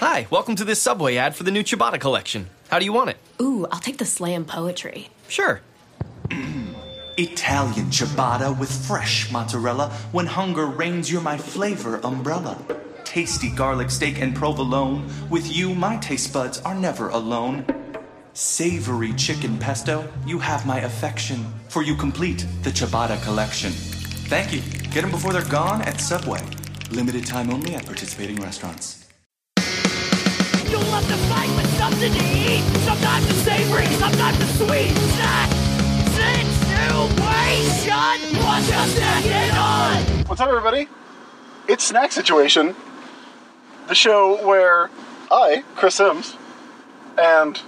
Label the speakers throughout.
Speaker 1: Hi, welcome to this Subway ad for the new Ciabatta collection. How do you want it?
Speaker 2: Ooh, I'll take the slam poetry.
Speaker 1: Sure.
Speaker 3: Italian ciabatta with fresh mozzarella. When hunger rains, you're my flavor umbrella. Tasty garlic steak and provolone. With you, my taste buds are never alone. Savory chicken pesto, you have my affection, for you complete the ciabatta collection. Thank you. Get them before they're gone at Subway. Limited time only at participating restaurants.
Speaker 4: You love to fight with something to eat. Sometimes it's savory, sometimes it's sweet. Snack situation. What's your snacking on?
Speaker 5: What's up, everybody? It's Snack Situation, the show where I, Chris Sims, and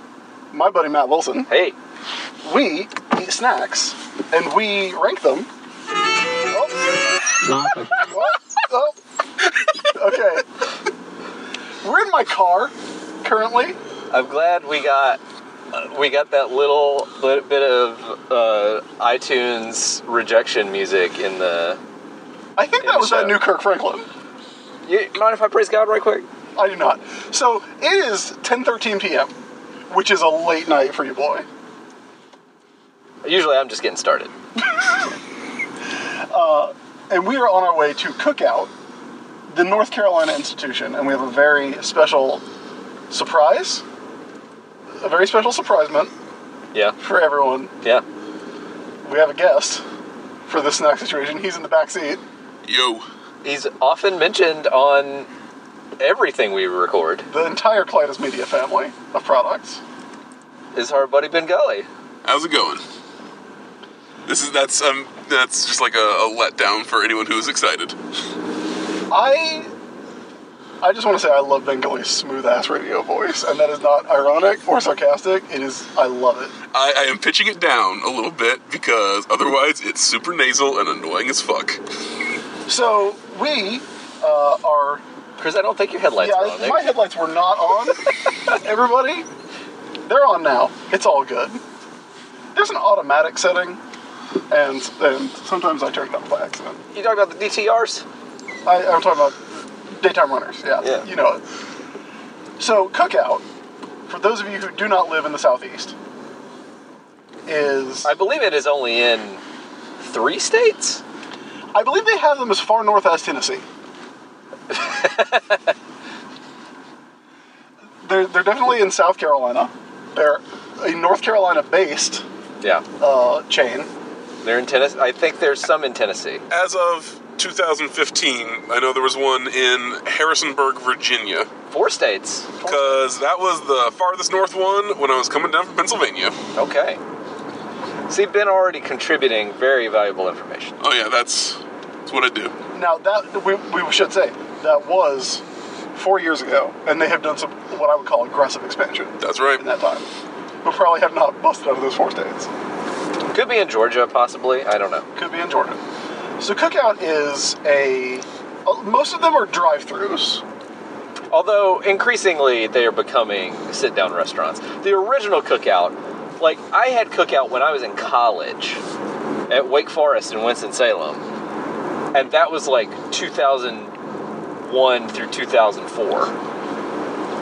Speaker 5: my buddy Matt Wilson,
Speaker 6: Hey,
Speaker 5: we eat snacks and we rank them. Oh, oh, oh. Okay. We're in my car currently.
Speaker 6: I'm glad we got uh, we got that little li- bit of uh, iTunes rejection music in the.
Speaker 5: I think
Speaker 6: In
Speaker 5: that
Speaker 6: the
Speaker 5: was that
Speaker 6: show.
Speaker 5: new Kirk Franklin.
Speaker 6: You mind if I praise God right quick?
Speaker 5: I do not. So it is 10:13 p.m., which is a late night for you, boy.
Speaker 6: Usually, I'm just getting started.
Speaker 5: and we are on our way to Cookout, the North Carolina institution, and we have a very special surprise, a very special surprisement
Speaker 6: Yeah,
Speaker 5: for everyone.
Speaker 6: yeah.
Speaker 5: We have a guest for this snack situation. He's in the back seat.
Speaker 6: He's often mentioned on everything we record.
Speaker 5: The entire Clytus Media family of products.
Speaker 6: Is our buddy Ben Gully?
Speaker 7: How's it going? This is that's um that's just like a, a letdown for anyone who's excited.
Speaker 5: I I just want to say I love Bengali smooth ass radio voice, and that is not ironic or sarcastic. It is I love it.
Speaker 7: I, I am pitching it down a little bit because otherwise it's super nasal and annoying as fuck.
Speaker 5: So we uh, are
Speaker 6: Chris, I don't think your headlights are on.
Speaker 5: yeah,
Speaker 6: Nick.
Speaker 5: my headlights were not on. Everybody, they're on now. It's all good. There's an automatic setting, and and sometimes I turn it up by accident.
Speaker 6: You talking about the DTRs?
Speaker 5: I, I'm talking about daytime runners. Yeah,
Speaker 6: Yeah.
Speaker 5: you know it. So cookout, for those of you who do not live in the southeast, is
Speaker 6: I believe it is only in three states.
Speaker 5: I believe they have them as far north as Tennessee. they're, they're definitely in South Carolina. They're a North Carolina based
Speaker 6: Yeah,
Speaker 5: uh, chain.
Speaker 6: they're in Tennessee. I think there's some in Tennessee.
Speaker 7: As of 2015, I know there was one in Harrisonburg, Virginia,
Speaker 6: Four states.
Speaker 7: because that was the farthest north one when I was coming down from Pennsylvania.
Speaker 6: Okay. See, Ben already contributing very valuable information.
Speaker 7: Oh yeah, that's that's what I do.
Speaker 5: Now, that we, we should say, that was four years ago, and they have done some what I would call aggressive expansion
Speaker 7: That's right.
Speaker 5: in that time. We probably have not busted out of those four states.
Speaker 6: Could be in Georgia, possibly. I don't know.
Speaker 5: Could be in Jordan. So, Cookout is a. uh, Most of them are drive throughs.
Speaker 6: Although increasingly they are becoming sit-down restaurants. The original cookout, like I had cookout when I was in college at Wake Forest in Winston Salem, and that was like 2001 through 2004.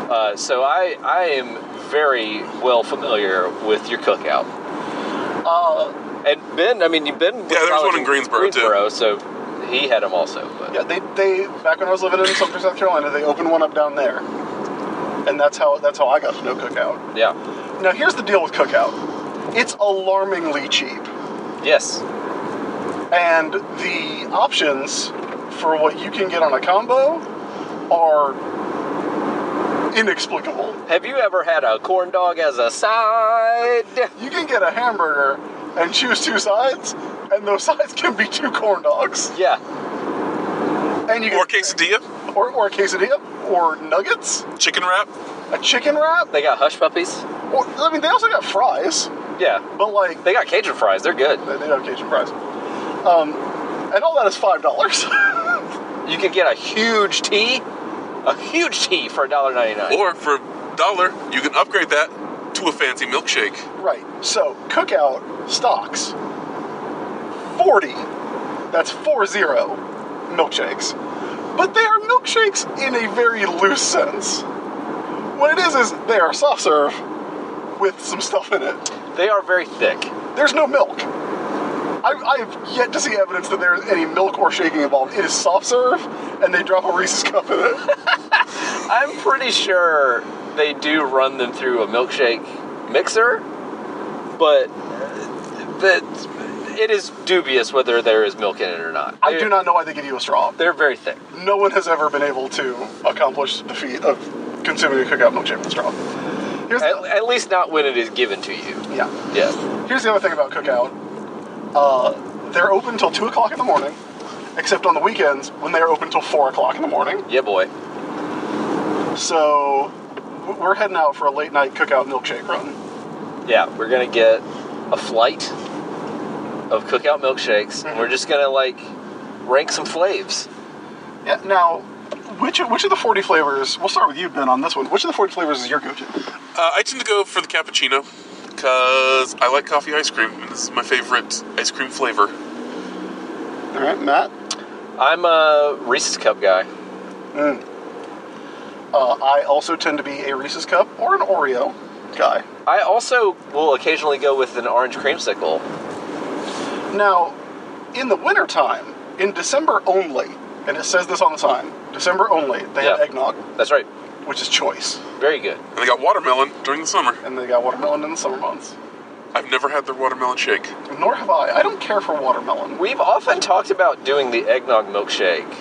Speaker 6: Uh, so I I am very well familiar with your cookout. Uh, and Ben, I mean, Ben.
Speaker 7: Yeah, there was one in Greensboro, too.
Speaker 6: Greensboro, so he had them also. But.
Speaker 5: Yeah, they, they back when I was living in Sumter, South Carolina, they opened one up down there, and that's how that's how I got to know Cookout.
Speaker 6: yeah.
Speaker 5: Now here's the deal with Cookout: it's alarmingly cheap,
Speaker 6: Yes.
Speaker 5: and the options for what you can get on a combo are inexplicable.
Speaker 6: Have you ever had a corn dog as a side?
Speaker 5: You can get a hamburger and choose two sides, and those sides can be two corn dogs,
Speaker 6: Yeah.
Speaker 5: and you can,
Speaker 7: Or quesadilla,
Speaker 5: or, or a quesadilla, or nuggets,
Speaker 7: chicken wrap.
Speaker 5: a chicken wrap.
Speaker 6: They got hush puppies.
Speaker 5: Or, I mean, they also got fries,
Speaker 6: Yeah.
Speaker 5: but like.
Speaker 6: They got Cajun fries. They're good.
Speaker 5: They do have Cajun fries. Um, and all that is five dollars.
Speaker 6: You can get a huge tea, a huge tea for $1.99.
Speaker 7: Or for a dollar, you can upgrade that to a fancy milkshake.
Speaker 5: right. So cookout stocks forty. That's four zero milkshakes. But they are milkshakes in a very loose sense. What it is is they are soft serve with some stuff in it.
Speaker 6: They are very thick.
Speaker 5: There's no milk. I, I have yet to see evidence that there is any milk or shaking involved. It is soft serve, and they drop a Reese's cup in it.
Speaker 6: I'm pretty sure they do run them through a milkshake mixer, but that it is dubious whether there is milk in it or not.
Speaker 5: I
Speaker 6: They-
Speaker 5: do not know why they give you a straw.
Speaker 6: They're very thick.
Speaker 5: No one has ever been able to accomplish the feat of consuming a cookout milkshake with a straw. Here's the,
Speaker 6: At, at least not when it is given to you.
Speaker 5: yeah.
Speaker 6: Yeah.
Speaker 5: Here's the other thing about cookout. Uh, they're open until two o'clock in the morning, except on the weekends when they are open till four o'clock in the morning.
Speaker 6: Yeah, boy.
Speaker 5: So w- we're heading out for a late night cookout milkshake run.
Speaker 6: Yeah, we're gonna get a flight of cookout milkshakes, and we're just gonna like rank some flaves.
Speaker 5: Yeah. Now, which which of the forty flavors? We'll start with you, Ben, on this one. Which of the forty flavors is your go-to?
Speaker 7: Uh, I tend to go for the cappuccino because I like coffee ice cream, and this is my favorite ice cream flavor.
Speaker 5: All right, Matt.
Speaker 6: I'm a Reese's cup guy.
Speaker 5: Uh, I also tend to be a Reese's cup or an Oreo guy.
Speaker 6: I also will occasionally go with an orange creamsicle.
Speaker 5: Now, in the wintertime, in December only, and it says this on the sign, December only, they have
Speaker 6: Yeah.
Speaker 5: eggnog,
Speaker 6: That's right.
Speaker 5: which is choice,
Speaker 6: Very good.
Speaker 7: And they got watermelon during the summer.
Speaker 5: and they got watermelon in the summer months.
Speaker 7: I've never had their watermelon shake.
Speaker 5: Nor have I. I don't care for watermelon.
Speaker 6: We've often talked about doing the eggnog milkshake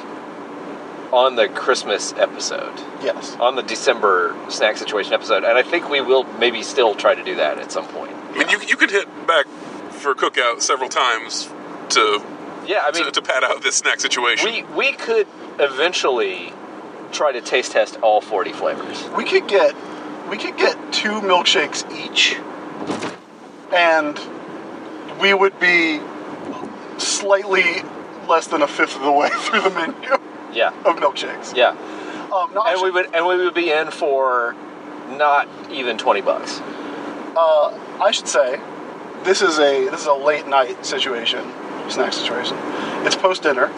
Speaker 6: on the Christmas episode,
Speaker 5: Yes.
Speaker 6: on the December snack situation episode, and I think we will maybe still try to do that at some point.
Speaker 7: I mean, you, you could hit back for cookout several times to
Speaker 6: Yeah, I mean,
Speaker 7: to, to pad out this snack situation.
Speaker 6: we we could eventually try to taste test all 40 flavors.
Speaker 5: We could get we could get two milkshakes each, and we would be slightly less than a fifth of the way through the menu of
Speaker 6: Yeah.
Speaker 5: milkshakes.
Speaker 6: Yeah.
Speaker 5: Um, no,
Speaker 6: And
Speaker 5: actually,
Speaker 6: we would and we would be in for not even 20 bucks.
Speaker 5: I should say, this is a this is a late night situation, snack situation. It's post dinner,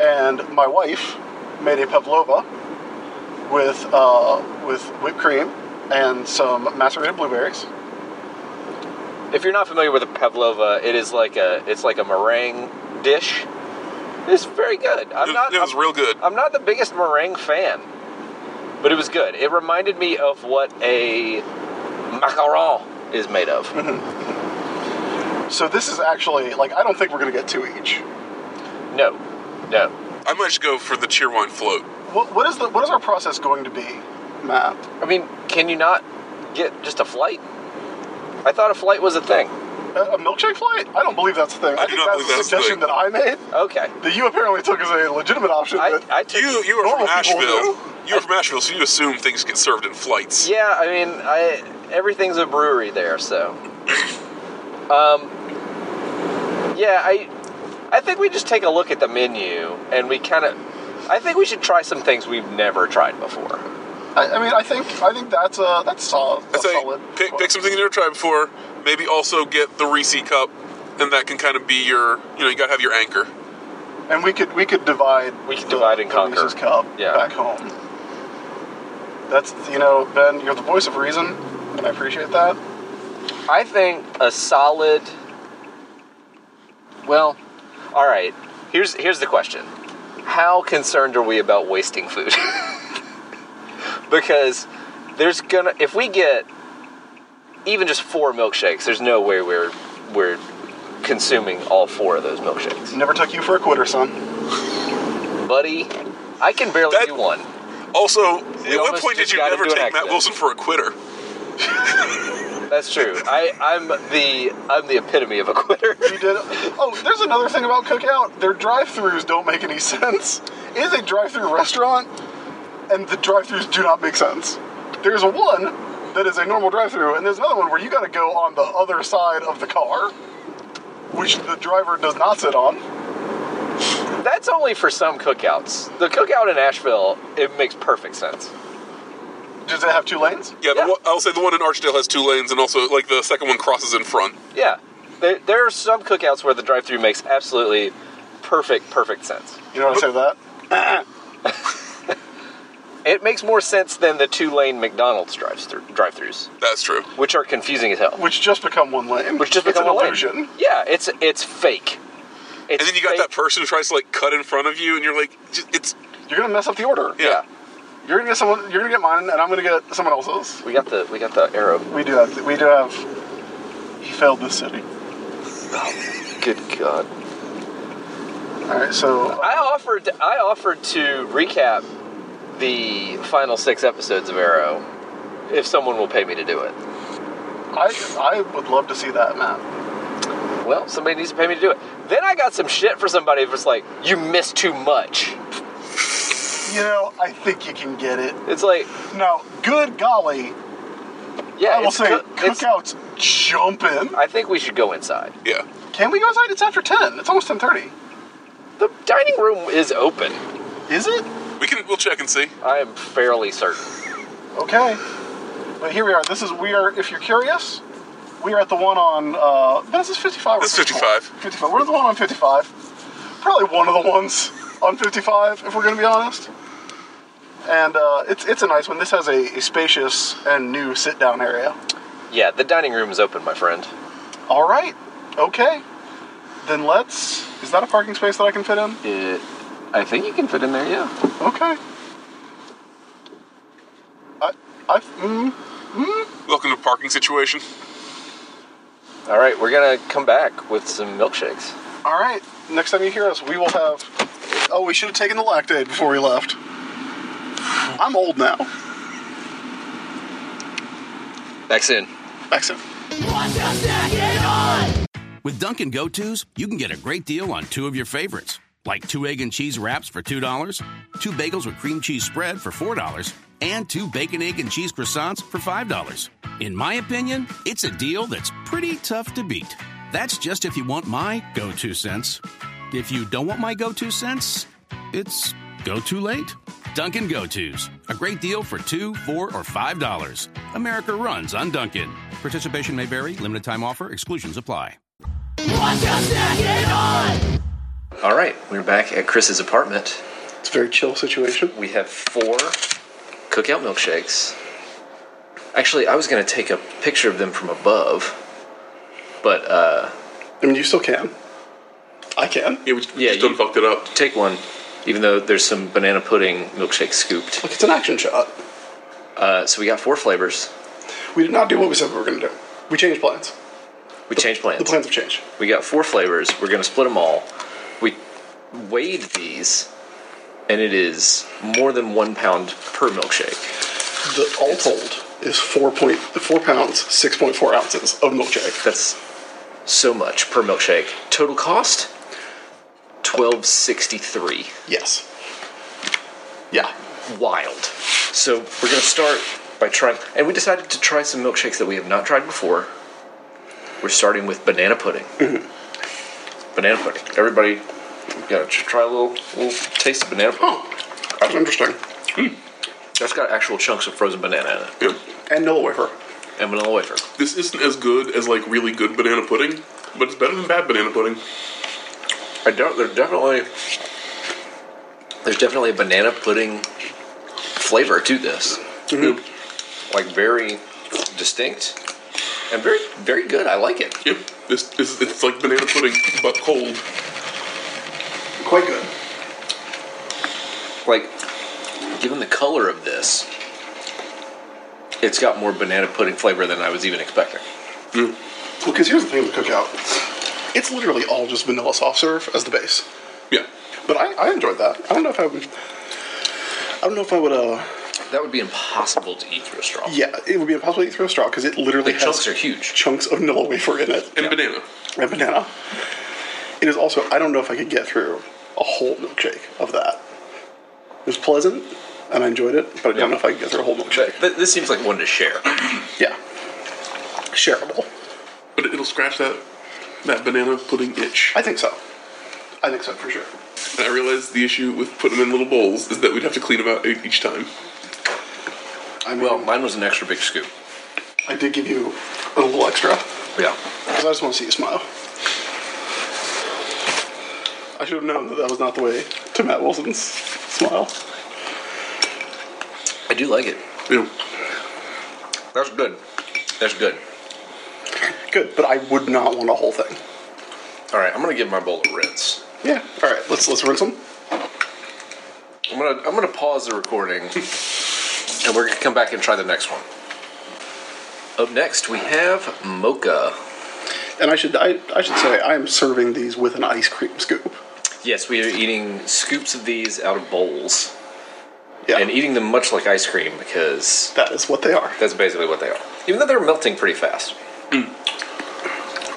Speaker 5: and my wife made a pavlova with uh, with whipped cream and some macerated blueberries.
Speaker 6: If you're not familiar with a pavlova, it is like a it's like a meringue dish. It's very good. I'm
Speaker 7: it,
Speaker 6: not
Speaker 7: it was
Speaker 6: I'm-
Speaker 7: real good.
Speaker 6: I'm not the biggest meringue fan, but it was good. It reminded me of what a macaron is made of.
Speaker 7: Mm-hmm.
Speaker 5: So this is actually like I don't think we're gonna get two each.
Speaker 6: no, no.
Speaker 7: I might just go for the cheer wine float.
Speaker 5: What, what is the what is our process going to be, Matt?
Speaker 6: I mean, can you not get just a flight? I thought a flight was a thing.
Speaker 5: A, a milkshake flight? I don't believe that's a thing. I,
Speaker 7: do
Speaker 5: think that's
Speaker 7: not
Speaker 5: a
Speaker 7: believe that's a
Speaker 5: suggestion
Speaker 7: thing.
Speaker 5: that I made
Speaker 6: Okay.
Speaker 5: that you apparently took as a legitimate option.
Speaker 6: I,
Speaker 5: that-
Speaker 6: I took,
Speaker 7: You you are from
Speaker 5: Normal people
Speaker 7: Asheville.
Speaker 5: do.
Speaker 7: You are from Asheville, so you assume things get served in flights.
Speaker 6: Yeah, I mean, I everything's a brewery there, so. um, yeah, I, I think we just take a look at the menu and we kind of, I think we should try some things we've never tried before.
Speaker 5: I, I mean, I think I think that's uh that's solid.
Speaker 7: I
Speaker 5: That's
Speaker 7: say
Speaker 5: solid.
Speaker 7: pick, pick something you never tried before. Maybe also get the Reese cup, and that can kind of be your you know you gotta have your anchor.
Speaker 5: And we could we could divide.
Speaker 6: We could
Speaker 5: the-
Speaker 6: divide and
Speaker 5: the
Speaker 6: conquer.
Speaker 5: Reese's Cup
Speaker 6: Yeah.
Speaker 5: back home. That's you know Ben, you're the voice of reason, and I appreciate that.
Speaker 6: I think a solid. Well, all right. Here's here's the question: How concerned are we about wasting food? because there's gonna if we get even just four milkshakes, there's no way we're we're consuming all four of those milkshakes,
Speaker 5: Never took you for a quitter, son.
Speaker 6: buddy. I can barely
Speaker 7: That-
Speaker 6: do one.
Speaker 7: Also, at what
Speaker 6: almost
Speaker 7: point did
Speaker 6: just
Speaker 7: you
Speaker 6: got
Speaker 7: never
Speaker 6: into an
Speaker 7: take Matt
Speaker 6: accident.
Speaker 7: Wilson for a quitter?
Speaker 6: That's true. I, I'm the I'm the epitome of a quitter.
Speaker 5: You did. Oh, there's another thing about cookout. Their drive-throughs don't make any sense. It is a drive-through restaurant, and the drive-throughs do not make sense. There's one that is a normal drive-through, and there's another one where you got to go on the other side of the car, which the driver does not sit on.
Speaker 6: That's only for some cookouts. The cookout in Asheville, it makes perfect sense.
Speaker 5: Does it have two lanes?
Speaker 7: Yeah,
Speaker 6: Yeah.
Speaker 7: The one, I'll say the one in Archdale has two lanes, and also like the second one crosses in front.
Speaker 6: Yeah. There, there are some cookouts where the drive through makes absolutely perfect, perfect sense.
Speaker 5: You know how to say that?
Speaker 6: It makes more sense than the two-lane McDonald's drive-through drive-throughs,
Speaker 7: That's true.
Speaker 6: which are confusing as hell.
Speaker 5: Which just become one lane.
Speaker 6: Which just
Speaker 5: it's
Speaker 6: become
Speaker 5: an
Speaker 6: a
Speaker 5: illusion.
Speaker 6: lane. Yeah, it's it's fake. It's
Speaker 7: And then you got
Speaker 6: fake.
Speaker 7: that person who tries to like cut in front of you, and you're like, just, it's
Speaker 5: You're gonna mess up the order.
Speaker 7: yeah.
Speaker 5: You're gonna get someone. You're gonna get mine, and I'm gonna get someone else's.
Speaker 6: We got the we got the arrow.
Speaker 5: We do have. We do have. He failed this city.
Speaker 6: Good God.
Speaker 5: All right, so
Speaker 6: I offered I offered to recap the final six episodes of Arrow if someone will pay me to do it.
Speaker 5: I I would love to see that map.
Speaker 6: Well, somebody needs to pay me to do it. Then I got some shit for somebody that's like, you missed too much.
Speaker 5: You know, I think you can get it.
Speaker 6: It's like,
Speaker 5: Now, good golly,
Speaker 6: yeah,
Speaker 5: I will
Speaker 6: it's
Speaker 5: say
Speaker 6: go- it's-
Speaker 5: cookouts jumping.
Speaker 6: I think we should go inside.
Speaker 7: yeah.
Speaker 5: Can we go outside? It's after ten. It's almost ten thirty.
Speaker 6: The dining room is open.
Speaker 5: Is it?
Speaker 7: We can we'll check and see.
Speaker 6: I am fairly certain.
Speaker 5: Okay. But here we are. This is we are. If you're curious, we are at the one on. Uh, this is fifty-five. Or
Speaker 7: This is
Speaker 5: 54?
Speaker 7: 55.
Speaker 5: Fifty-five. We're at the one on fifty-five. Probably one of the ones on fifty-five, if we're going to be honest. And uh, it's it's a nice one. This has a, a spacious and new sit-down area.
Speaker 6: Yeah, the dining room is open, my friend.
Speaker 5: All right. Okay. Then let's. Is that a parking space that I can fit in?
Speaker 6: It, I think you can fit in there, yeah.
Speaker 5: Okay. I. I. Mm,
Speaker 7: Welcome to parking situation.
Speaker 6: All right, we're gonna come back with some milkshakes.
Speaker 5: All right. Next time you hear us, we will have. Oh, we should have taken the lactate before we left. I'm old now.
Speaker 6: Back soon.
Speaker 5: Back soon.
Speaker 4: Watch us get on!
Speaker 8: With Dunkin' Go To's, you can get a great deal on two of your favorites, like two egg and cheese wraps for $2, two bagels with cream cheese spread for $4, and two bacon, egg, and cheese croissants for $5. In my opinion, it's a deal that's pretty tough to beat. That's just if you want my go to cents. If you don't want my go to cents, it's go too late. Dunkin' Go To's, a great deal for two, four, or five dollars. America runs on Dunkin'. Participation may vary, limited time offer, exclusions apply.
Speaker 4: Watch us get on!
Speaker 6: All right, we're back at Chris's apartment.
Speaker 5: It's a very chill situation.
Speaker 6: We have four cookout milkshakes. Actually, I was going to take a picture of them from above, but uh,
Speaker 5: I mean, you still can. I can.
Speaker 7: Yeah, we, we
Speaker 6: Yeah,
Speaker 7: just
Speaker 6: you-
Speaker 7: done fucked it up.
Speaker 6: take one, even though there's some banana pudding milkshake scooped.
Speaker 5: Look, it's an action shot.
Speaker 6: Uh, so we got four flavors.
Speaker 5: We did not do what we said we were going to do. We changed plans.
Speaker 6: We changed plans.
Speaker 5: The plans have changed.
Speaker 6: We got four flavors. We're going to split them all. We weighed these, and it is more than one pound per milkshake.
Speaker 5: The all told is four point four pounds, six point four ounces of milkshake.
Speaker 6: That's so much per milkshake. Total cost twelve sixty three.
Speaker 5: Yes. Yeah.
Speaker 6: Wild. So we're gonna start by trying, and we decided to try some milkshakes that we have not tried before. We're starting with banana pudding.
Speaker 5: Mm-hmm.
Speaker 6: Banana pudding. Everybody, gotta tr- try a little little taste of banana pudding.
Speaker 5: That's Oh, interesting.
Speaker 6: That's got actual chunks of frozen banana in it
Speaker 7: Yeah.
Speaker 5: And no wafer.
Speaker 6: and vanilla wafer.
Speaker 7: This isn't as good as like really good banana pudding, but it's better than bad banana pudding.
Speaker 6: I don't. There's definitely there's definitely a banana pudding flavor to this. Like very distinct and very very good. I like it.
Speaker 7: Yep. This, this it's like banana pudding but cold.
Speaker 5: Quite good.
Speaker 6: Like given the color of this, it's got more banana pudding flavor than I was even expecting.
Speaker 5: Well, because here's the thing with cookout, it's literally all just vanilla soft serve as the base.
Speaker 7: Yeah.
Speaker 5: But I, I enjoyed that. I don't know if I would. I don't know if I would. uh
Speaker 6: That would be impossible to eat through a straw.
Speaker 5: Yeah, it would be impossible to eat through a straw because it literally
Speaker 6: The
Speaker 5: has
Speaker 6: chunks are huge.
Speaker 5: Chunks of vanilla wafer in it
Speaker 7: And banana.
Speaker 5: and banana. It is also. I don't know if I could get through a whole milkshake of that. It was pleasant, and I enjoyed it, but I don't know if I could get through a whole milkshake.
Speaker 6: Th- this seems like one to share.
Speaker 5: Yeah, shareable.
Speaker 7: But it'll scratch that that banana pudding itch.
Speaker 5: I think so. I think so for sure.
Speaker 7: And I realized the issue with putting them in little bowls is that we'd have to clean them out e- each time.
Speaker 5: I mean,
Speaker 6: Well, Oh, mine was an extra big scoop.
Speaker 5: I did give you a little extra.
Speaker 6: Yeah.
Speaker 5: Because I just want to see you smile. I should have known that that was not the way to Matt Wilson's smile.
Speaker 9: do like it.
Speaker 7: Yeah.
Speaker 9: That's good. That's good.
Speaker 5: Good, but I would not want a whole thing.
Speaker 9: All right, I'm gonna give my bowl a rinse.
Speaker 5: Yeah. All right. Let's let's rinse them.
Speaker 9: I'm gonna I'm gonna pause the recording, and we're gonna come back and try the next one. Up next, we have mocha.
Speaker 5: And I should I, I should say I am serving these with an ice cream scoop.
Speaker 9: Yes, we are eating scoops of these out of bowls
Speaker 5: Yeah.
Speaker 9: and eating them much like ice cream because
Speaker 5: that is what they are.
Speaker 9: that's basically what they are. Even though they're melting pretty fast.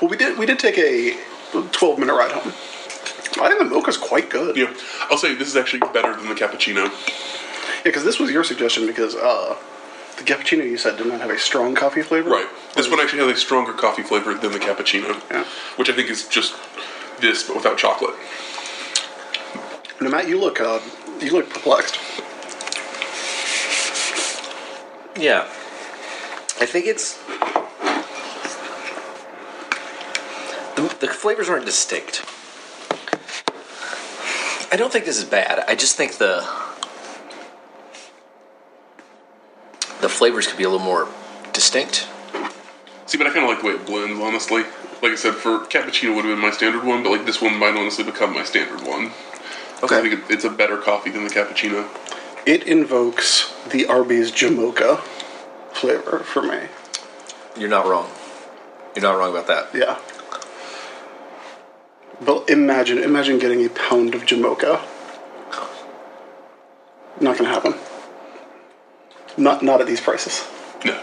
Speaker 5: Well, we did we did take a twelve minute ride home. I think the mocha's quite good.
Speaker 7: Yeah. I'll say this is actually better than the cappuccino.
Speaker 5: because this was your suggestion because uh, the cappuccino you said did not have a strong coffee flavor.
Speaker 7: Right. This one actually has a stronger coffee flavor than the cappuccino,
Speaker 5: Yeah.
Speaker 7: which I think is just this but without chocolate.
Speaker 5: No, Matt, you look uh, you look perplexed.
Speaker 9: Yeah. I think it's. The, the flavors aren't distinct. I don't think this is bad. I just think the. The flavors could be a little more distinct.
Speaker 7: See, but I kind of like the way it blends, honestly. Like I said, for cappuccino would have been my standard one, but like this one might honestly become my standard one. 'Cause
Speaker 9: Okay.
Speaker 7: I think it- it's a better coffee than the cappuccino.
Speaker 5: It invokes the Arby's Jamocha flavor for me.
Speaker 9: You're not wrong. You're not wrong about that.
Speaker 5: Yeah. But imagine imagine getting a pound of Jamocha. Not gonna happen. Not not at these prices.
Speaker 7: No.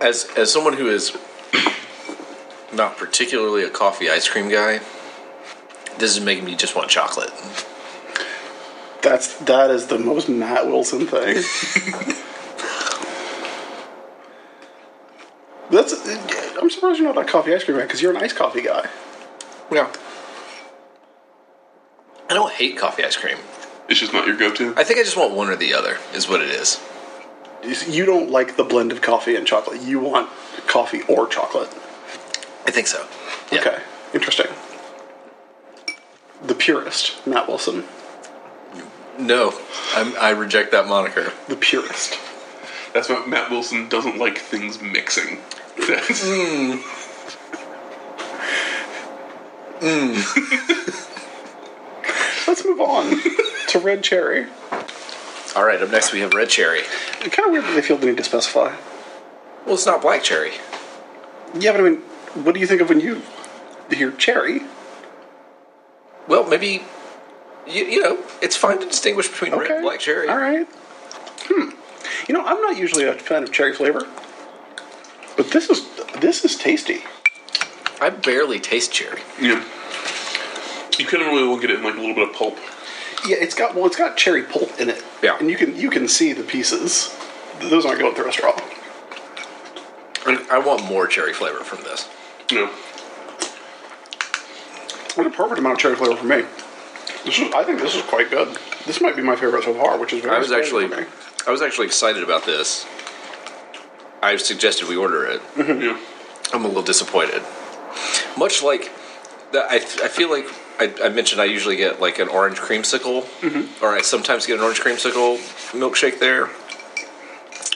Speaker 6: as as someone who is not particularly a coffee ice cream guy, this is making me just want chocolate.
Speaker 5: That's that is the most Matt Wilson thing. That's. I'm surprised you're not a coffee ice cream guy because you're an iced coffee guy.
Speaker 6: Yeah. I don't hate coffee ice cream.
Speaker 7: It's just not your go to.
Speaker 6: I think I just want one or the other is what it is.
Speaker 5: You s- You don't like the blend of coffee and chocolate. You want coffee or chocolate.
Speaker 6: I think so. Yeah.
Speaker 5: Okay, interesting. The purist, Matt Wilson.
Speaker 6: No, I'm, I reject that moniker.
Speaker 5: The purist.
Speaker 7: That's why Matt Wilson doesn't like things mixing. That's-
Speaker 5: Let's move on to red cherry.
Speaker 6: All right, up next we have red cherry.
Speaker 5: Kind of weird that they feel the need to specify.
Speaker 6: Well, it's not black cherry.
Speaker 5: Yeah, but I mean, what do you think of when you hear cherry?
Speaker 6: Well, maybe you, you know it's fine to distinguish between red and black cherry.
Speaker 5: All right. Hmm. You know, I'm not usually a fan of cherry flavor, but this is this is tasty.
Speaker 6: I barely taste cherry.
Speaker 7: yeah. You couldn't really look at it in like a little bit of pulp.
Speaker 5: Yeah, it's got well, it's got cherry pulp in it.
Speaker 6: Yeah.
Speaker 5: and you can you can see the pieces. Those aren't going through a straw.
Speaker 6: I I want more cherry flavor from this.
Speaker 7: No.
Speaker 5: What a perfect amount of cherry flavor for me. This is, I think this is quite good. This might be my favorite so far, which is very
Speaker 6: I was
Speaker 5: surprising
Speaker 6: actually,
Speaker 5: for me.
Speaker 6: I was actually excited about this. I suggested we order it.
Speaker 5: Mm-hmm.
Speaker 7: Yeah.
Speaker 6: I'm a little disappointed. Much like that, I, I feel like I, I mentioned I usually get like an orange creamsicle,
Speaker 5: Mm-hmm.
Speaker 6: or I sometimes get an orange creamsicle milkshake there,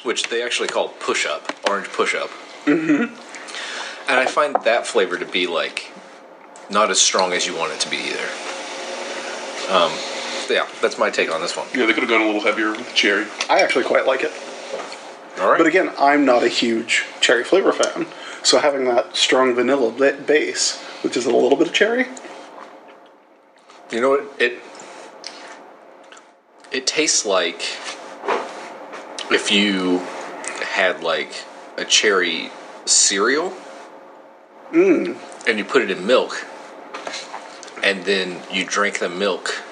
Speaker 6: which they actually call push up, orange push up. Mm-hmm. And I find that flavor to be like not as strong as you want it to be either. Um, yeah, that's my take on this one.
Speaker 7: Yeah, they could have gone a little heavier with the cherry.
Speaker 5: I actually quite like it.
Speaker 6: All right,
Speaker 5: But again, I'm not a huge cherry flavor fan, so having that strong vanilla ba- base with just a little bit of cherry,
Speaker 6: You know what it it tastes like if you had like a cherry cereal and you put it in milk and then you drink the milk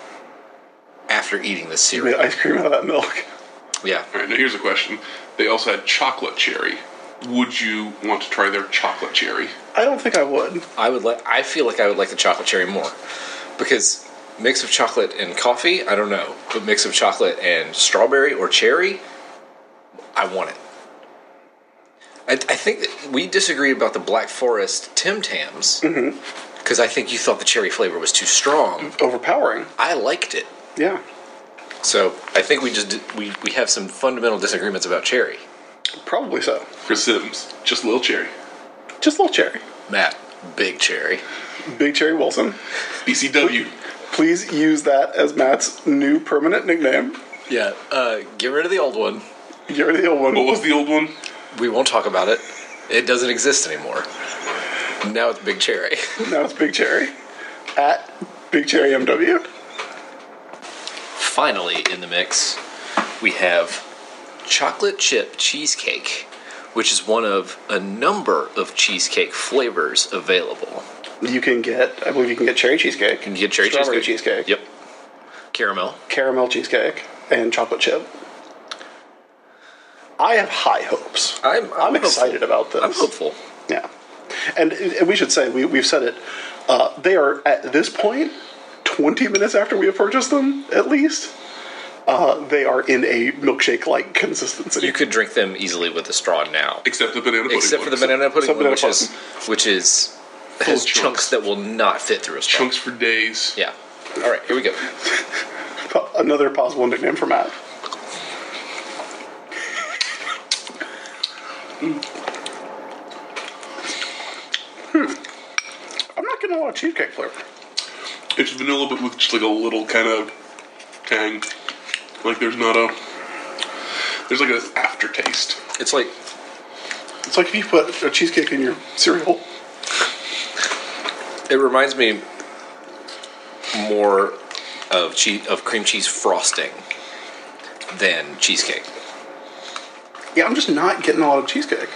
Speaker 6: after eating the
Speaker 5: I mean,
Speaker 6: cereal.
Speaker 5: ice cream out of that milk.
Speaker 6: Yeah.
Speaker 7: All right, now here's a question. They also had chocolate cherry. Would you want to try their chocolate cherry?
Speaker 5: I don't think I would.
Speaker 6: I would like I feel like I would like the chocolate cherry more because mix of chocolate and coffee, I don't know, but mix of chocolate and strawberry or cherry, I want it. I, I think that we disagreed about the Black Forest Tim Tams because
Speaker 5: Mm-hmm.
Speaker 6: I think you thought the cherry flavor was too strong.
Speaker 5: Overpowering.
Speaker 6: I liked it.
Speaker 5: Yeah.
Speaker 6: So I think we just we we have some fundamental disagreements about cherry.
Speaker 5: Probably so.
Speaker 7: Chris Sims, just little cherry.
Speaker 5: Just little cherry.
Speaker 6: Matt, big cherry.
Speaker 5: Big Cherry Wilson.
Speaker 7: BCW.
Speaker 5: Please use that as Matt's new permanent nickname.
Speaker 6: Yeah, uh, get rid of the old one.
Speaker 5: Get rid of the old one.
Speaker 7: What was the old one?
Speaker 6: We won't talk about it. It doesn't exist anymore. Now it's Big Cherry.
Speaker 5: Now it's Big Cherry. At Big Cherry MW.
Speaker 6: Finally, in the mix, we have chocolate chip cheesecake, which is one of a number of cheesecake flavors available.
Speaker 5: You can get, I believe you can get cherry cheesecake.
Speaker 6: You can get cherry
Speaker 5: Strawberry
Speaker 6: cheesecake.
Speaker 5: cheesecake.
Speaker 6: Yep. Caramel.
Speaker 5: Caramel cheesecake. And chocolate chip. I have high hopes.
Speaker 6: I'm- I'm hopeful.
Speaker 5: excited about this.
Speaker 6: I'm hopeful.
Speaker 5: Yeah, and, and we should say we, we've said it. Uh, they are at this point, twenty minutes after we have purchased them, at least. Uh, they are in a milkshake-like consistency.
Speaker 6: You could drink them easily with a straw now.
Speaker 7: Except the banana pudding
Speaker 6: except for
Speaker 7: one.
Speaker 6: the banana pudding
Speaker 5: Some
Speaker 6: one,
Speaker 5: banana
Speaker 6: which is which is has
Speaker 7: chunks.
Speaker 6: chunks. that will not fit through a straw.
Speaker 7: Chunks for days.
Speaker 6: Yeah. All right, here we go.
Speaker 5: Po- Another possible nickname for Matt. Hmm. I'm not getting a lot of cheesecake flavor.
Speaker 7: It's vanilla, but with just like a little kind of tang. Like there's not a. There's like an aftertaste.
Speaker 6: It's like
Speaker 5: It's like if you put a cheesecake in your cereal.
Speaker 6: it reminds me more of cheese of cream cheese frosting than cheesecake.
Speaker 5: Yeah, I'm just not getting a lot of cheesecake.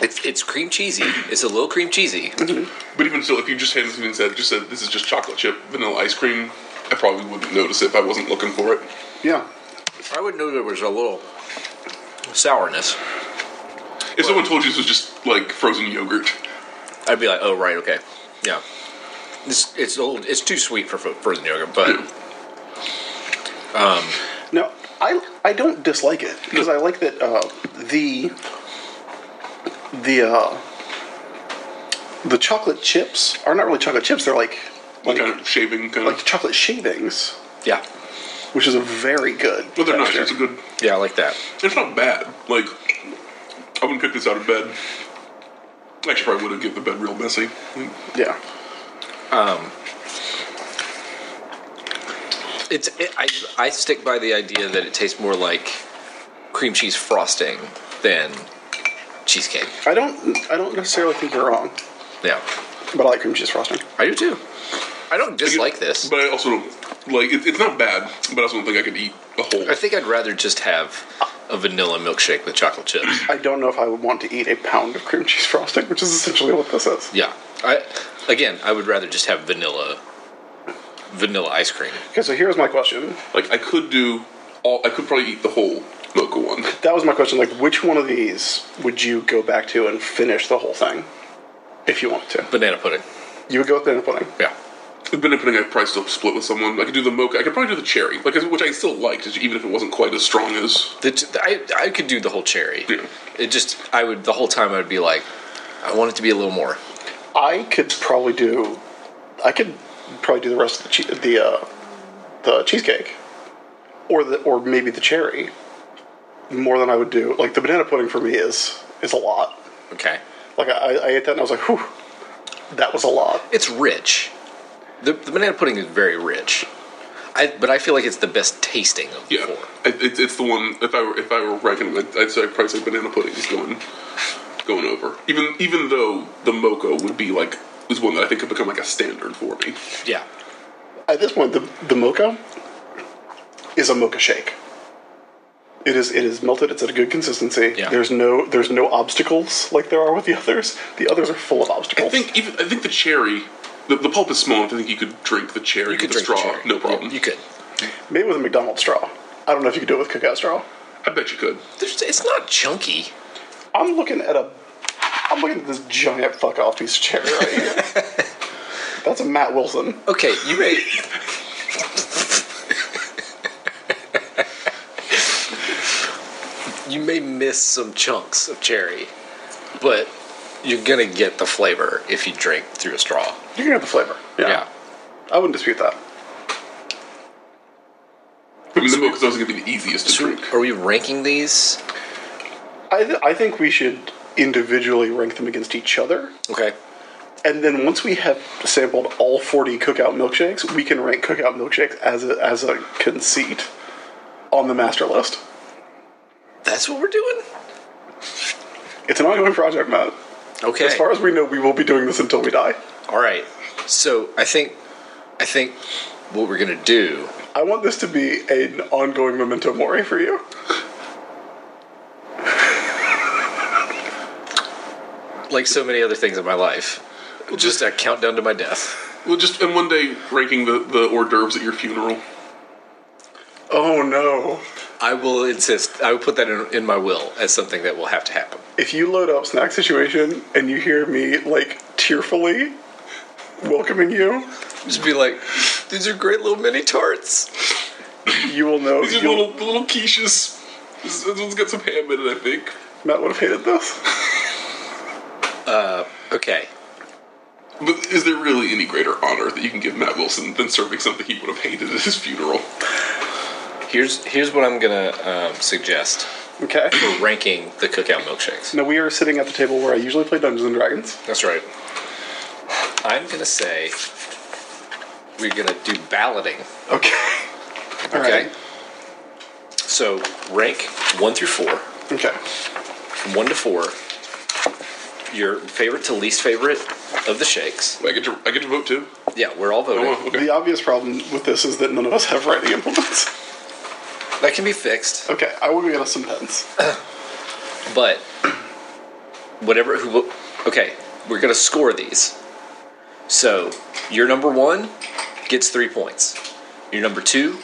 Speaker 6: It's it's cream cheesy. It's a little cream cheesy.
Speaker 7: But even still, if you just handed it to me and said, just said, this is just chocolate chip vanilla ice cream, I probably wouldn't notice it if I wasn't looking for it.
Speaker 5: Yeah.
Speaker 6: I would know there was a little sourness.
Speaker 7: If someone told you this was just like frozen yogurt,
Speaker 6: I'd be like, oh right, okay, yeah. It's it's old. It's too sweet for fro- frozen yogurt, but
Speaker 5: No, I I don't dislike it because I like that uh, the the uh, the chocolate chips are not really chocolate chips. They're like like,
Speaker 7: like kind of shaving kind
Speaker 5: like
Speaker 7: of.
Speaker 5: chocolate shavings,
Speaker 6: yeah,
Speaker 5: which is a very good.
Speaker 7: But they're nice.
Speaker 5: texture.
Speaker 7: It's a good.
Speaker 6: yeah, I like that.
Speaker 7: It's not bad. Like, I wouldn't pick this out of bed. Actually, probably would have get the bed real messy.
Speaker 5: Yeah,
Speaker 6: It's it, I I stick by the idea that it tastes more like cream cheese frosting than cheesecake.
Speaker 5: I don't I don't necessarily think you're wrong,
Speaker 6: Yeah,
Speaker 5: but I like cream cheese frosting.
Speaker 6: I do too. I don't dislike this.
Speaker 7: But I also don't like. It, it's not bad, but I also don't think I could eat a whole.
Speaker 6: I think I'd rather just have a vanilla milkshake with chocolate chips.
Speaker 5: I don't know if I would want to eat a pound of cream cheese frosting, which is essentially what this is.
Speaker 6: Yeah, I again, I would rather just have vanilla vanilla ice cream.
Speaker 5: Okay, so here's my question.
Speaker 7: Like I could do all. I could probably eat the whole mocha one.
Speaker 5: That was my question. Like, which one of these would you go back to and finish the whole thing if you wanted to?
Speaker 6: Banana pudding.
Speaker 5: You would go with banana pudding.
Speaker 6: Yeah.
Speaker 7: The banana pudding I'd probably still split with someone. I could do the mocha. I could probably do the cherry, like which I still liked, even if it wasn't quite as strong as.
Speaker 6: The t- I, I could do the whole cherry.
Speaker 7: Yeah.
Speaker 6: It just, I would, the whole time I would be like, I want it to be a little more.
Speaker 5: I could probably do. I could probably do the rest of the che- the uh, the cheesecake, or the or maybe the cherry, more than I would do. Like the banana pudding for me is is a lot.
Speaker 6: Okay.
Speaker 5: Like I, I ate that and I was like, whew, that was a lot.
Speaker 6: It's rich. The, the banana pudding is very rich. I, but I feel like it's the best tasting of the
Speaker 7: Yeah,
Speaker 6: four.
Speaker 7: I, it, it's the one. If I were if I were ranking, them, I'd, I'd say probably say banana pudding is going going over. Even even though the mocha would be like was one that I think could become like a standard for me.
Speaker 6: Yeah.
Speaker 5: At this point, the the mocha is a mocha shake. It is it is melted. It's at a good consistency.
Speaker 6: Yeah.
Speaker 5: There's no there's no obstacles like there are with the others. The others are full of
Speaker 7: I
Speaker 5: obstacles.
Speaker 7: think even I think the cherry. The, the pulp is small enough. I think you could drink the cherry
Speaker 6: You could
Speaker 7: with a
Speaker 6: drink
Speaker 7: straw,
Speaker 6: the cherry.
Speaker 7: no problem.
Speaker 6: You, you could.
Speaker 5: Maybe with a McDonald's straw. I don't know if you could do it with cookout straw.
Speaker 7: I bet you could.
Speaker 6: There's, it's not chunky.
Speaker 5: I'm looking at a. I'm looking at this giant fuck off piece of cherry right here. That's a Matt Wilson.
Speaker 6: Okay, you may. you may miss some chunks of cherry, but you're gonna get the flavor if you drink through a straw.
Speaker 5: You're gonna have the flavor. I wouldn't dispute that.
Speaker 7: I mean, the milk is always going to be the easiest to drink.
Speaker 6: Are we ranking these?
Speaker 5: I, th- I think we should individually rank them against each other.
Speaker 6: Okay.
Speaker 5: And then once we have sampled all 40 cookout milkshakes, we can rank cookout milkshakes as a, as a conceit on the master list.
Speaker 6: That's what we're doing?
Speaker 5: It's an ongoing project, Matt.
Speaker 6: Okay.
Speaker 5: As far as we know, we will be doing this until we die.
Speaker 6: All right. So I think I think what we're gonna do.
Speaker 5: I want this to be an ongoing memento mori for you.
Speaker 6: like so many other things in my life. Just a countdown to my death.
Speaker 7: Well, just and one day ranking the, the hors d'oeuvres at your funeral.
Speaker 5: Oh no.
Speaker 6: I will insist. I will put that in, in my will as something that will have to happen.
Speaker 5: If you load up snack situation and you hear me like tearfully welcoming you,
Speaker 6: Just be like, these are great little mini tarts.
Speaker 5: you will know
Speaker 7: These are
Speaker 5: you'll-
Speaker 7: little little quiches. This, this one's got some ham in it, I think.
Speaker 5: Matt would have hated this.
Speaker 6: Okay.
Speaker 7: But is there really any greater honor that you can give Matt Wilson than serving something he would have hated at his funeral?
Speaker 6: Here's here's what I'm gonna um, suggest.
Speaker 5: Okay.
Speaker 6: Ranking the cookout milkshakes.
Speaker 5: Now we are sitting at the table where I usually play Dungeons and Dragons.
Speaker 6: That's right. I'm gonna say we're gonna do balloting.
Speaker 5: Okay. All
Speaker 6: Okay.
Speaker 5: right.
Speaker 6: So rank one through four.
Speaker 5: Okay.
Speaker 6: From one to four, your favorite to least favorite of the shakes.
Speaker 7: Wait, I get to I get to vote too.
Speaker 6: Yeah, we're all voting.
Speaker 7: Oh, wow, okay.
Speaker 5: The obvious problem with this is that none of us have writing implements.
Speaker 6: That can be fixed,
Speaker 5: Okay, I will get us some pens.
Speaker 6: but whatever. Who? will- Okay, we're gonna score these. So your number one gets three points. Your number two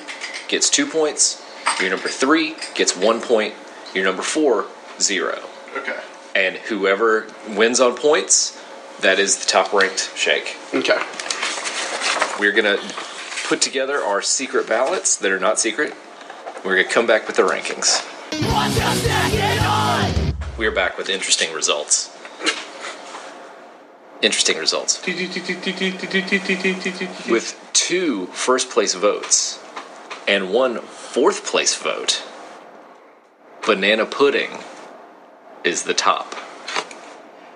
Speaker 6: gets two points. Your number three gets one point. Your number four zero.
Speaker 5: Okay.
Speaker 6: and whoever wins on points, that is the top ranked shake.
Speaker 5: Okay.
Speaker 6: We're gonna put together our secret ballots that are not secret. We're gonna come back with the rankings.
Speaker 4: Watch your second on!
Speaker 6: We are back with interesting results. Interesting results. With two first place votes and one fourth place vote, Banana Pudding is the top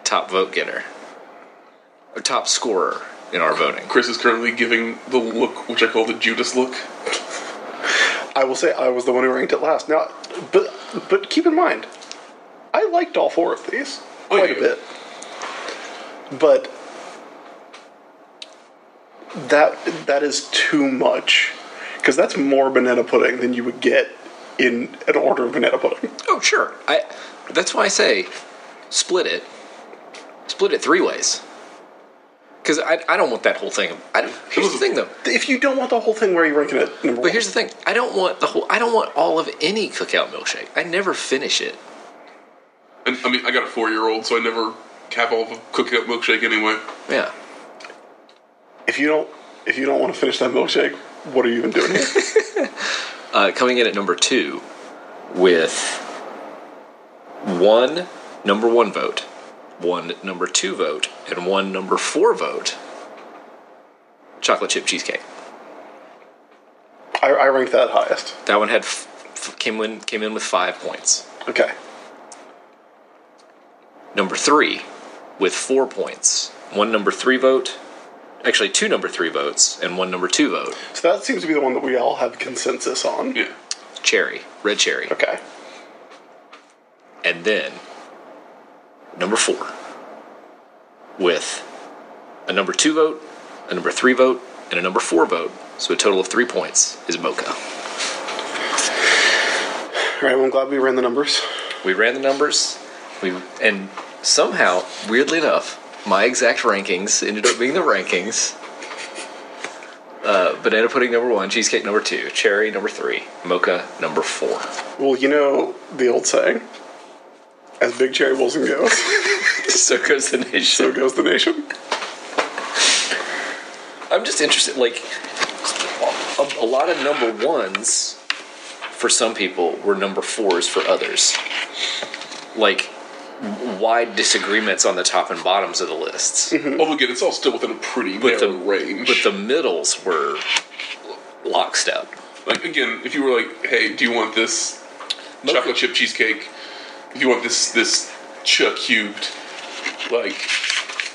Speaker 6: top vote getter. Or top scorer in our voting.
Speaker 7: Chris is currently giving the look, which I call the Judas look.
Speaker 5: I will say I was the one who ranked it last. Now, but but keep in mind, I liked all four of these
Speaker 7: Oh,
Speaker 5: quite a
Speaker 7: yeah.
Speaker 5: bit. But that that is too much because that's more banana pudding than you would get in an order of banana pudding.
Speaker 6: Oh sure. I that's why I say split it. Split it three ways. Cause I, I don't want that whole thing. I, here's the thing though.
Speaker 5: If you don't want the whole thing, where are you ranking it? Number
Speaker 6: But here's the thing: I don't want the whole. I don't want all of any cookout milkshake. I never finish it.
Speaker 7: And I mean, I got a four year old, so I never have all the cooking up milkshake anyway.
Speaker 6: Yeah,
Speaker 5: if you don't if you don't want to finish that milkshake, what are you even doing here?
Speaker 6: uh, coming in at number two with one number one vote, one number two vote, and one number four vote. Chocolate chip cheesecake.
Speaker 5: I, I ranked that highest.
Speaker 6: That one had f- f- came in came in with five points.
Speaker 5: Okay.
Speaker 6: Number three with four points. One number three vote. Actually, two number three votes and one number two vote.
Speaker 5: So that seems to be the one that we all have consensus on.
Speaker 7: Yeah.
Speaker 6: Cherry, red cherry.
Speaker 5: Okay.
Speaker 6: And then number four with a number two vote, a number three vote, and a number four vote. So a total of three points is Mocha.
Speaker 5: All right. Well, I'm glad we ran the numbers.
Speaker 6: We ran the numbers, we and somehow, weirdly enough, my exact rankings ended up being the rankings. Uh, banana pudding number one, cheesecake number two, cherry number three, mocha number four.
Speaker 5: Well, you know the old saying, as Big Cherry Wilson goes,
Speaker 6: So goes the nation.
Speaker 5: so goes the nation.
Speaker 6: I'm just interested, like, a, a lot of number ones for some people were number fours for others. Like, wide disagreements on the top and bottoms of the lists.
Speaker 7: Although again, it's all still within a pretty
Speaker 6: But
Speaker 7: narrow
Speaker 6: the
Speaker 7: range.
Speaker 6: But the middles were lockstep.
Speaker 7: Like again, if you were like, "Hey, do you want this chocolate chip cheesecake? If you want this this chuck cubed, like,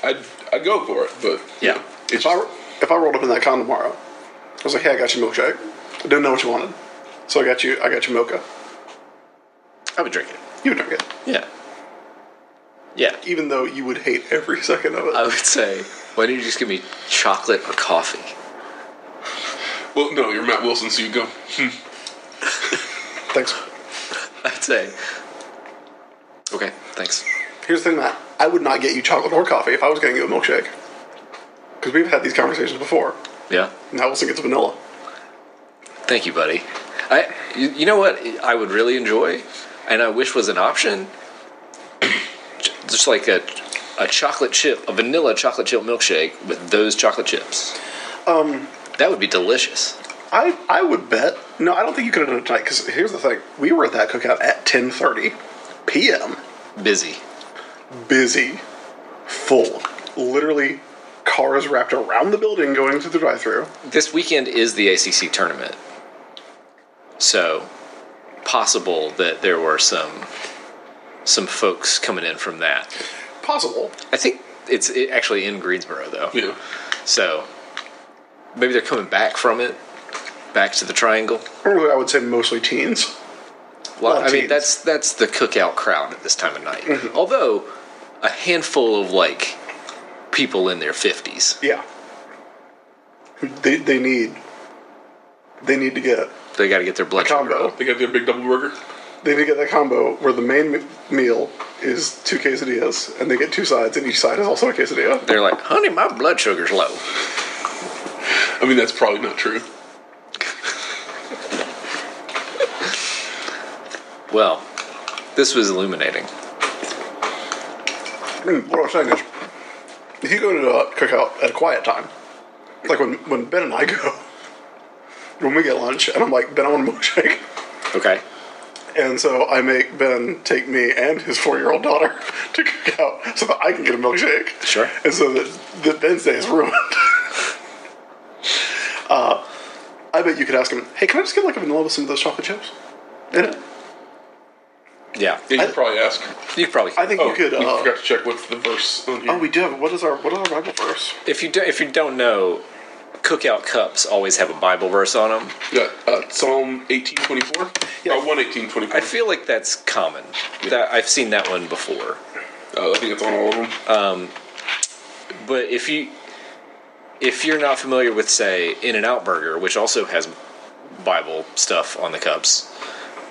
Speaker 7: I'd I'd go for it." But you
Speaker 6: Yeah.
Speaker 7: know, it's
Speaker 5: If I,
Speaker 7: just-
Speaker 5: if I rolled up in that con tomorrow, I was like, hey, I got you a milkshake. I didn't know what you wanted, so I got you. I got you mocha.
Speaker 6: I would drink it.
Speaker 5: You would drink it,
Speaker 6: Yeah. Yeah.
Speaker 5: even though you would hate every second of it.
Speaker 6: I would say, why don't you just give me chocolate or coffee?
Speaker 7: well, no, you're Matt Wilson, so you go. Hmm.
Speaker 5: Thanks.
Speaker 6: I'd say, okay, thanks.
Speaker 5: Here's the thing, Matt. I would not get you chocolate or coffee if I was going to get a milkshake, because we've had these conversations before.
Speaker 6: Yeah.
Speaker 5: Now we'll get to vanilla.
Speaker 6: Thank you, buddy. I, you, you know what I would really enjoy, and I wish was an option, just like a, a chocolate chip, a vanilla chocolate chip milkshake with those chocolate chips. Um, that would be delicious.
Speaker 5: I I would bet. No, I don't think you could have done it tonight. Because here's the thing: we were at that cookout at 10:30 p.m.
Speaker 6: Busy.
Speaker 5: Busy, full, literally cars wrapped around the building going to the drive-through.
Speaker 6: This weekend is the ACC tournament, so possible that there were some some folks coming in from that.
Speaker 5: Possible.
Speaker 6: I think it's it actually in Greensboro though.
Speaker 7: You know,
Speaker 6: So maybe they're coming back from it, back to the triangle.
Speaker 5: Really, I would say mostly teens.
Speaker 6: Well,
Speaker 5: Well,
Speaker 6: I mean
Speaker 5: geez. Mm-hmm.
Speaker 6: that's that's the cookout crowd at this time of night. Although a handful of like people in their fifties,
Speaker 5: Yeah. They they need. They need to get
Speaker 6: they got to get their blood sugar
Speaker 5: combo.
Speaker 6: up.
Speaker 7: they got their big double burger.
Speaker 5: They need to get that combo where the main m- meal is two quesadillas, and they get two sides, and each side is also a quesadilla.
Speaker 6: They're like, "Honey, my blood sugar's low."
Speaker 7: I mean, that's probably not true.
Speaker 6: Well, this was illuminating.
Speaker 5: Mm, what I was saying is, if you go to a cookout at a quiet time, like when, when Ben and I go, when we get lunch, and I'm like, Ben, I want a milkshake.
Speaker 6: Okay,
Speaker 5: And so I make Ben take me and his four year old daughter to cook out so that I can get a milkshake.
Speaker 6: Sure.
Speaker 5: And so that, that Ben's day is ruined. uh, I bet you could ask him, hey, can I just get like a vanilla with some of those chocolate chips? And
Speaker 6: yeah,
Speaker 7: Yeah, you
Speaker 5: I-
Speaker 7: could probably ask.
Speaker 6: you probably.
Speaker 5: I think
Speaker 7: Oh,
Speaker 5: you could.
Speaker 7: we
Speaker 5: Uh,
Speaker 7: forgot to check what's the verse on here.
Speaker 5: oh, we do. have- What is our what is our Bible verse?
Speaker 6: if you do, if you don't know, cookout cups always have a Bible verse on them.
Speaker 7: got uh, Psalm eighteen twenty four.
Speaker 5: Yeah.
Speaker 7: Yeah, uh, one eighteen twenty four.
Speaker 6: I feel like that's common. That I've seen that one before.
Speaker 7: Uh, I think it's on all of them.
Speaker 6: But if you if you're not familiar with say In and Out Burger, which also has Bible stuff on the cups,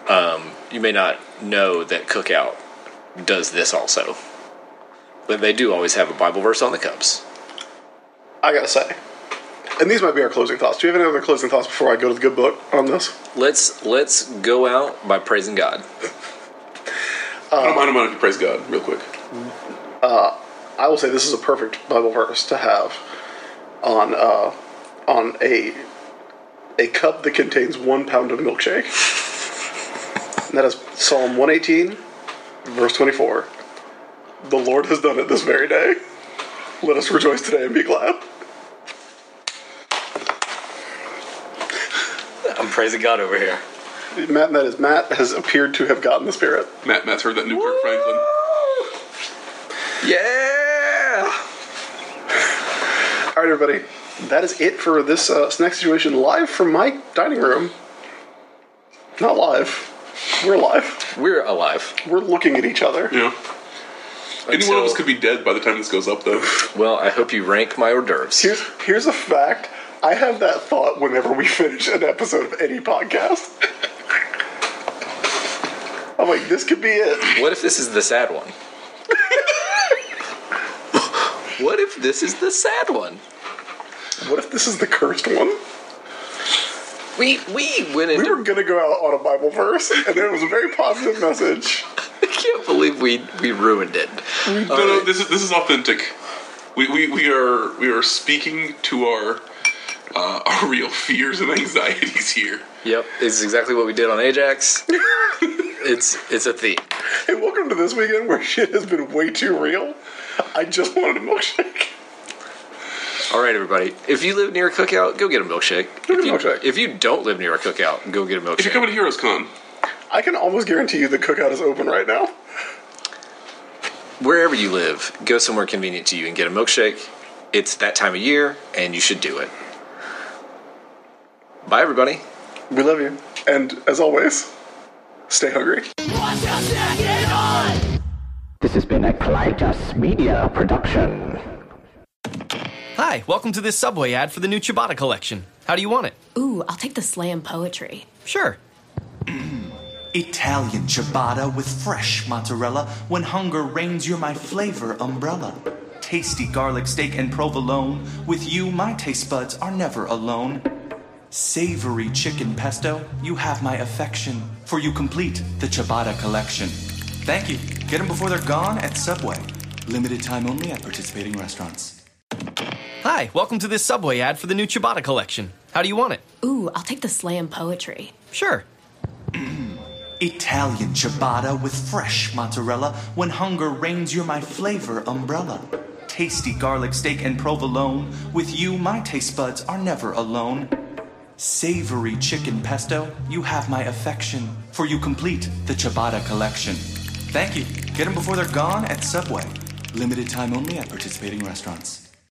Speaker 6: um, you may not know that Cookout does this also. But they do always have a Bible verse on the cups.
Speaker 5: I gotta say, and these might be our closing thoughts. Do you have any other closing thoughts before I go to the good book on this?
Speaker 6: Let's let's go out by praising God.
Speaker 5: Uh,
Speaker 7: I don't mind. I don't mind if you praise God real quick.
Speaker 5: I will say this is a perfect Bible verse to have on uh, on a a cup that contains one pound of milkshake. and that is Psalm one eighteen, verse twenty four. The Lord has done it this very day. Let us rejoice today and be glad.
Speaker 6: I'm praising God over here.
Speaker 5: Matt, that is Matt has appeared to have gotten the spirit.
Speaker 7: Matt, Matt's heard that new Kirk Franklin.
Speaker 6: Yeah.
Speaker 5: All right, everybody. That is it for this uh, snack situation live from my dining room. Not live. We're live.
Speaker 6: We're alive.
Speaker 5: We're looking at each other.
Speaker 7: Yeah. Any one
Speaker 6: Until-
Speaker 7: of us could be dead by the time this goes up, though.
Speaker 6: Well, I hope you rank my hors d'oeuvres.
Speaker 5: Here's here's a fact. I have that thought whenever we finish an episode of any podcast. I'm like, this could be it.
Speaker 6: What if this is the sad one? what if this is the sad one?
Speaker 5: What if this is the cursed one?
Speaker 6: We we went
Speaker 5: We
Speaker 6: into.
Speaker 5: were gonna go out on a Bible verse, and it was a very positive message.
Speaker 6: I can't believe we we ruined it.
Speaker 7: no, no, this is this is authentic. We, we, we are we are speaking to our uh, our real fears and anxieties here.
Speaker 6: Yep, it's exactly what we did on Ajax. it's it's a theme.
Speaker 5: Hey, welcome to this weekend where shit has been way too real. I just wanted a milkshake.
Speaker 6: All right, everybody. If you live near a cookout, go get a milkshake.
Speaker 5: get
Speaker 6: if,
Speaker 5: a
Speaker 6: you,
Speaker 5: milkshake.
Speaker 6: if you don't live near a cookout, go get a
Speaker 7: If you're
Speaker 6: milkshake.
Speaker 7: coming to Heroes Con,
Speaker 5: I can almost guarantee you the cookout is open right now.
Speaker 6: Wherever you live, go somewhere convenient to you and get a milkshake. It's that time of year, and you should do it. Bye, everybody.
Speaker 5: We love you. And as always, stay hungry.
Speaker 4: Watch us get on!
Speaker 10: This has been a Clytus Media production.
Speaker 1: Hi, welcome to this Subway ad for the new Ciabatta collection. How do you want it?
Speaker 2: Ooh, I'll take the slam poetry.
Speaker 1: Sure.
Speaker 3: Italian ciabatta with fresh mozzarella. When hunger reigns, you're my flavor umbrella. Tasty garlic steak and provolone. With you, my taste buds are never alone. Savory chicken pesto, you have my affection, for you complete the ciabatta collection. Thank you. Get them before they're gone at Subway. Limited time only at participating restaurants.
Speaker 1: Hi, welcome to this Subway ad for the new Ciabatta collection. How do you want it?
Speaker 2: Ooh, I'll take the slam poetry.
Speaker 1: Sure.
Speaker 3: Italian ciabatta with fresh mozzarella. When hunger reigns, you're my flavor umbrella. Tasty garlic steak and provolone. With you, my taste buds are never alone. Savory chicken pesto, you have my affection, for you complete the ciabatta collection. Thank you. Get them before they're gone at Subway. Limited time only at participating restaurants.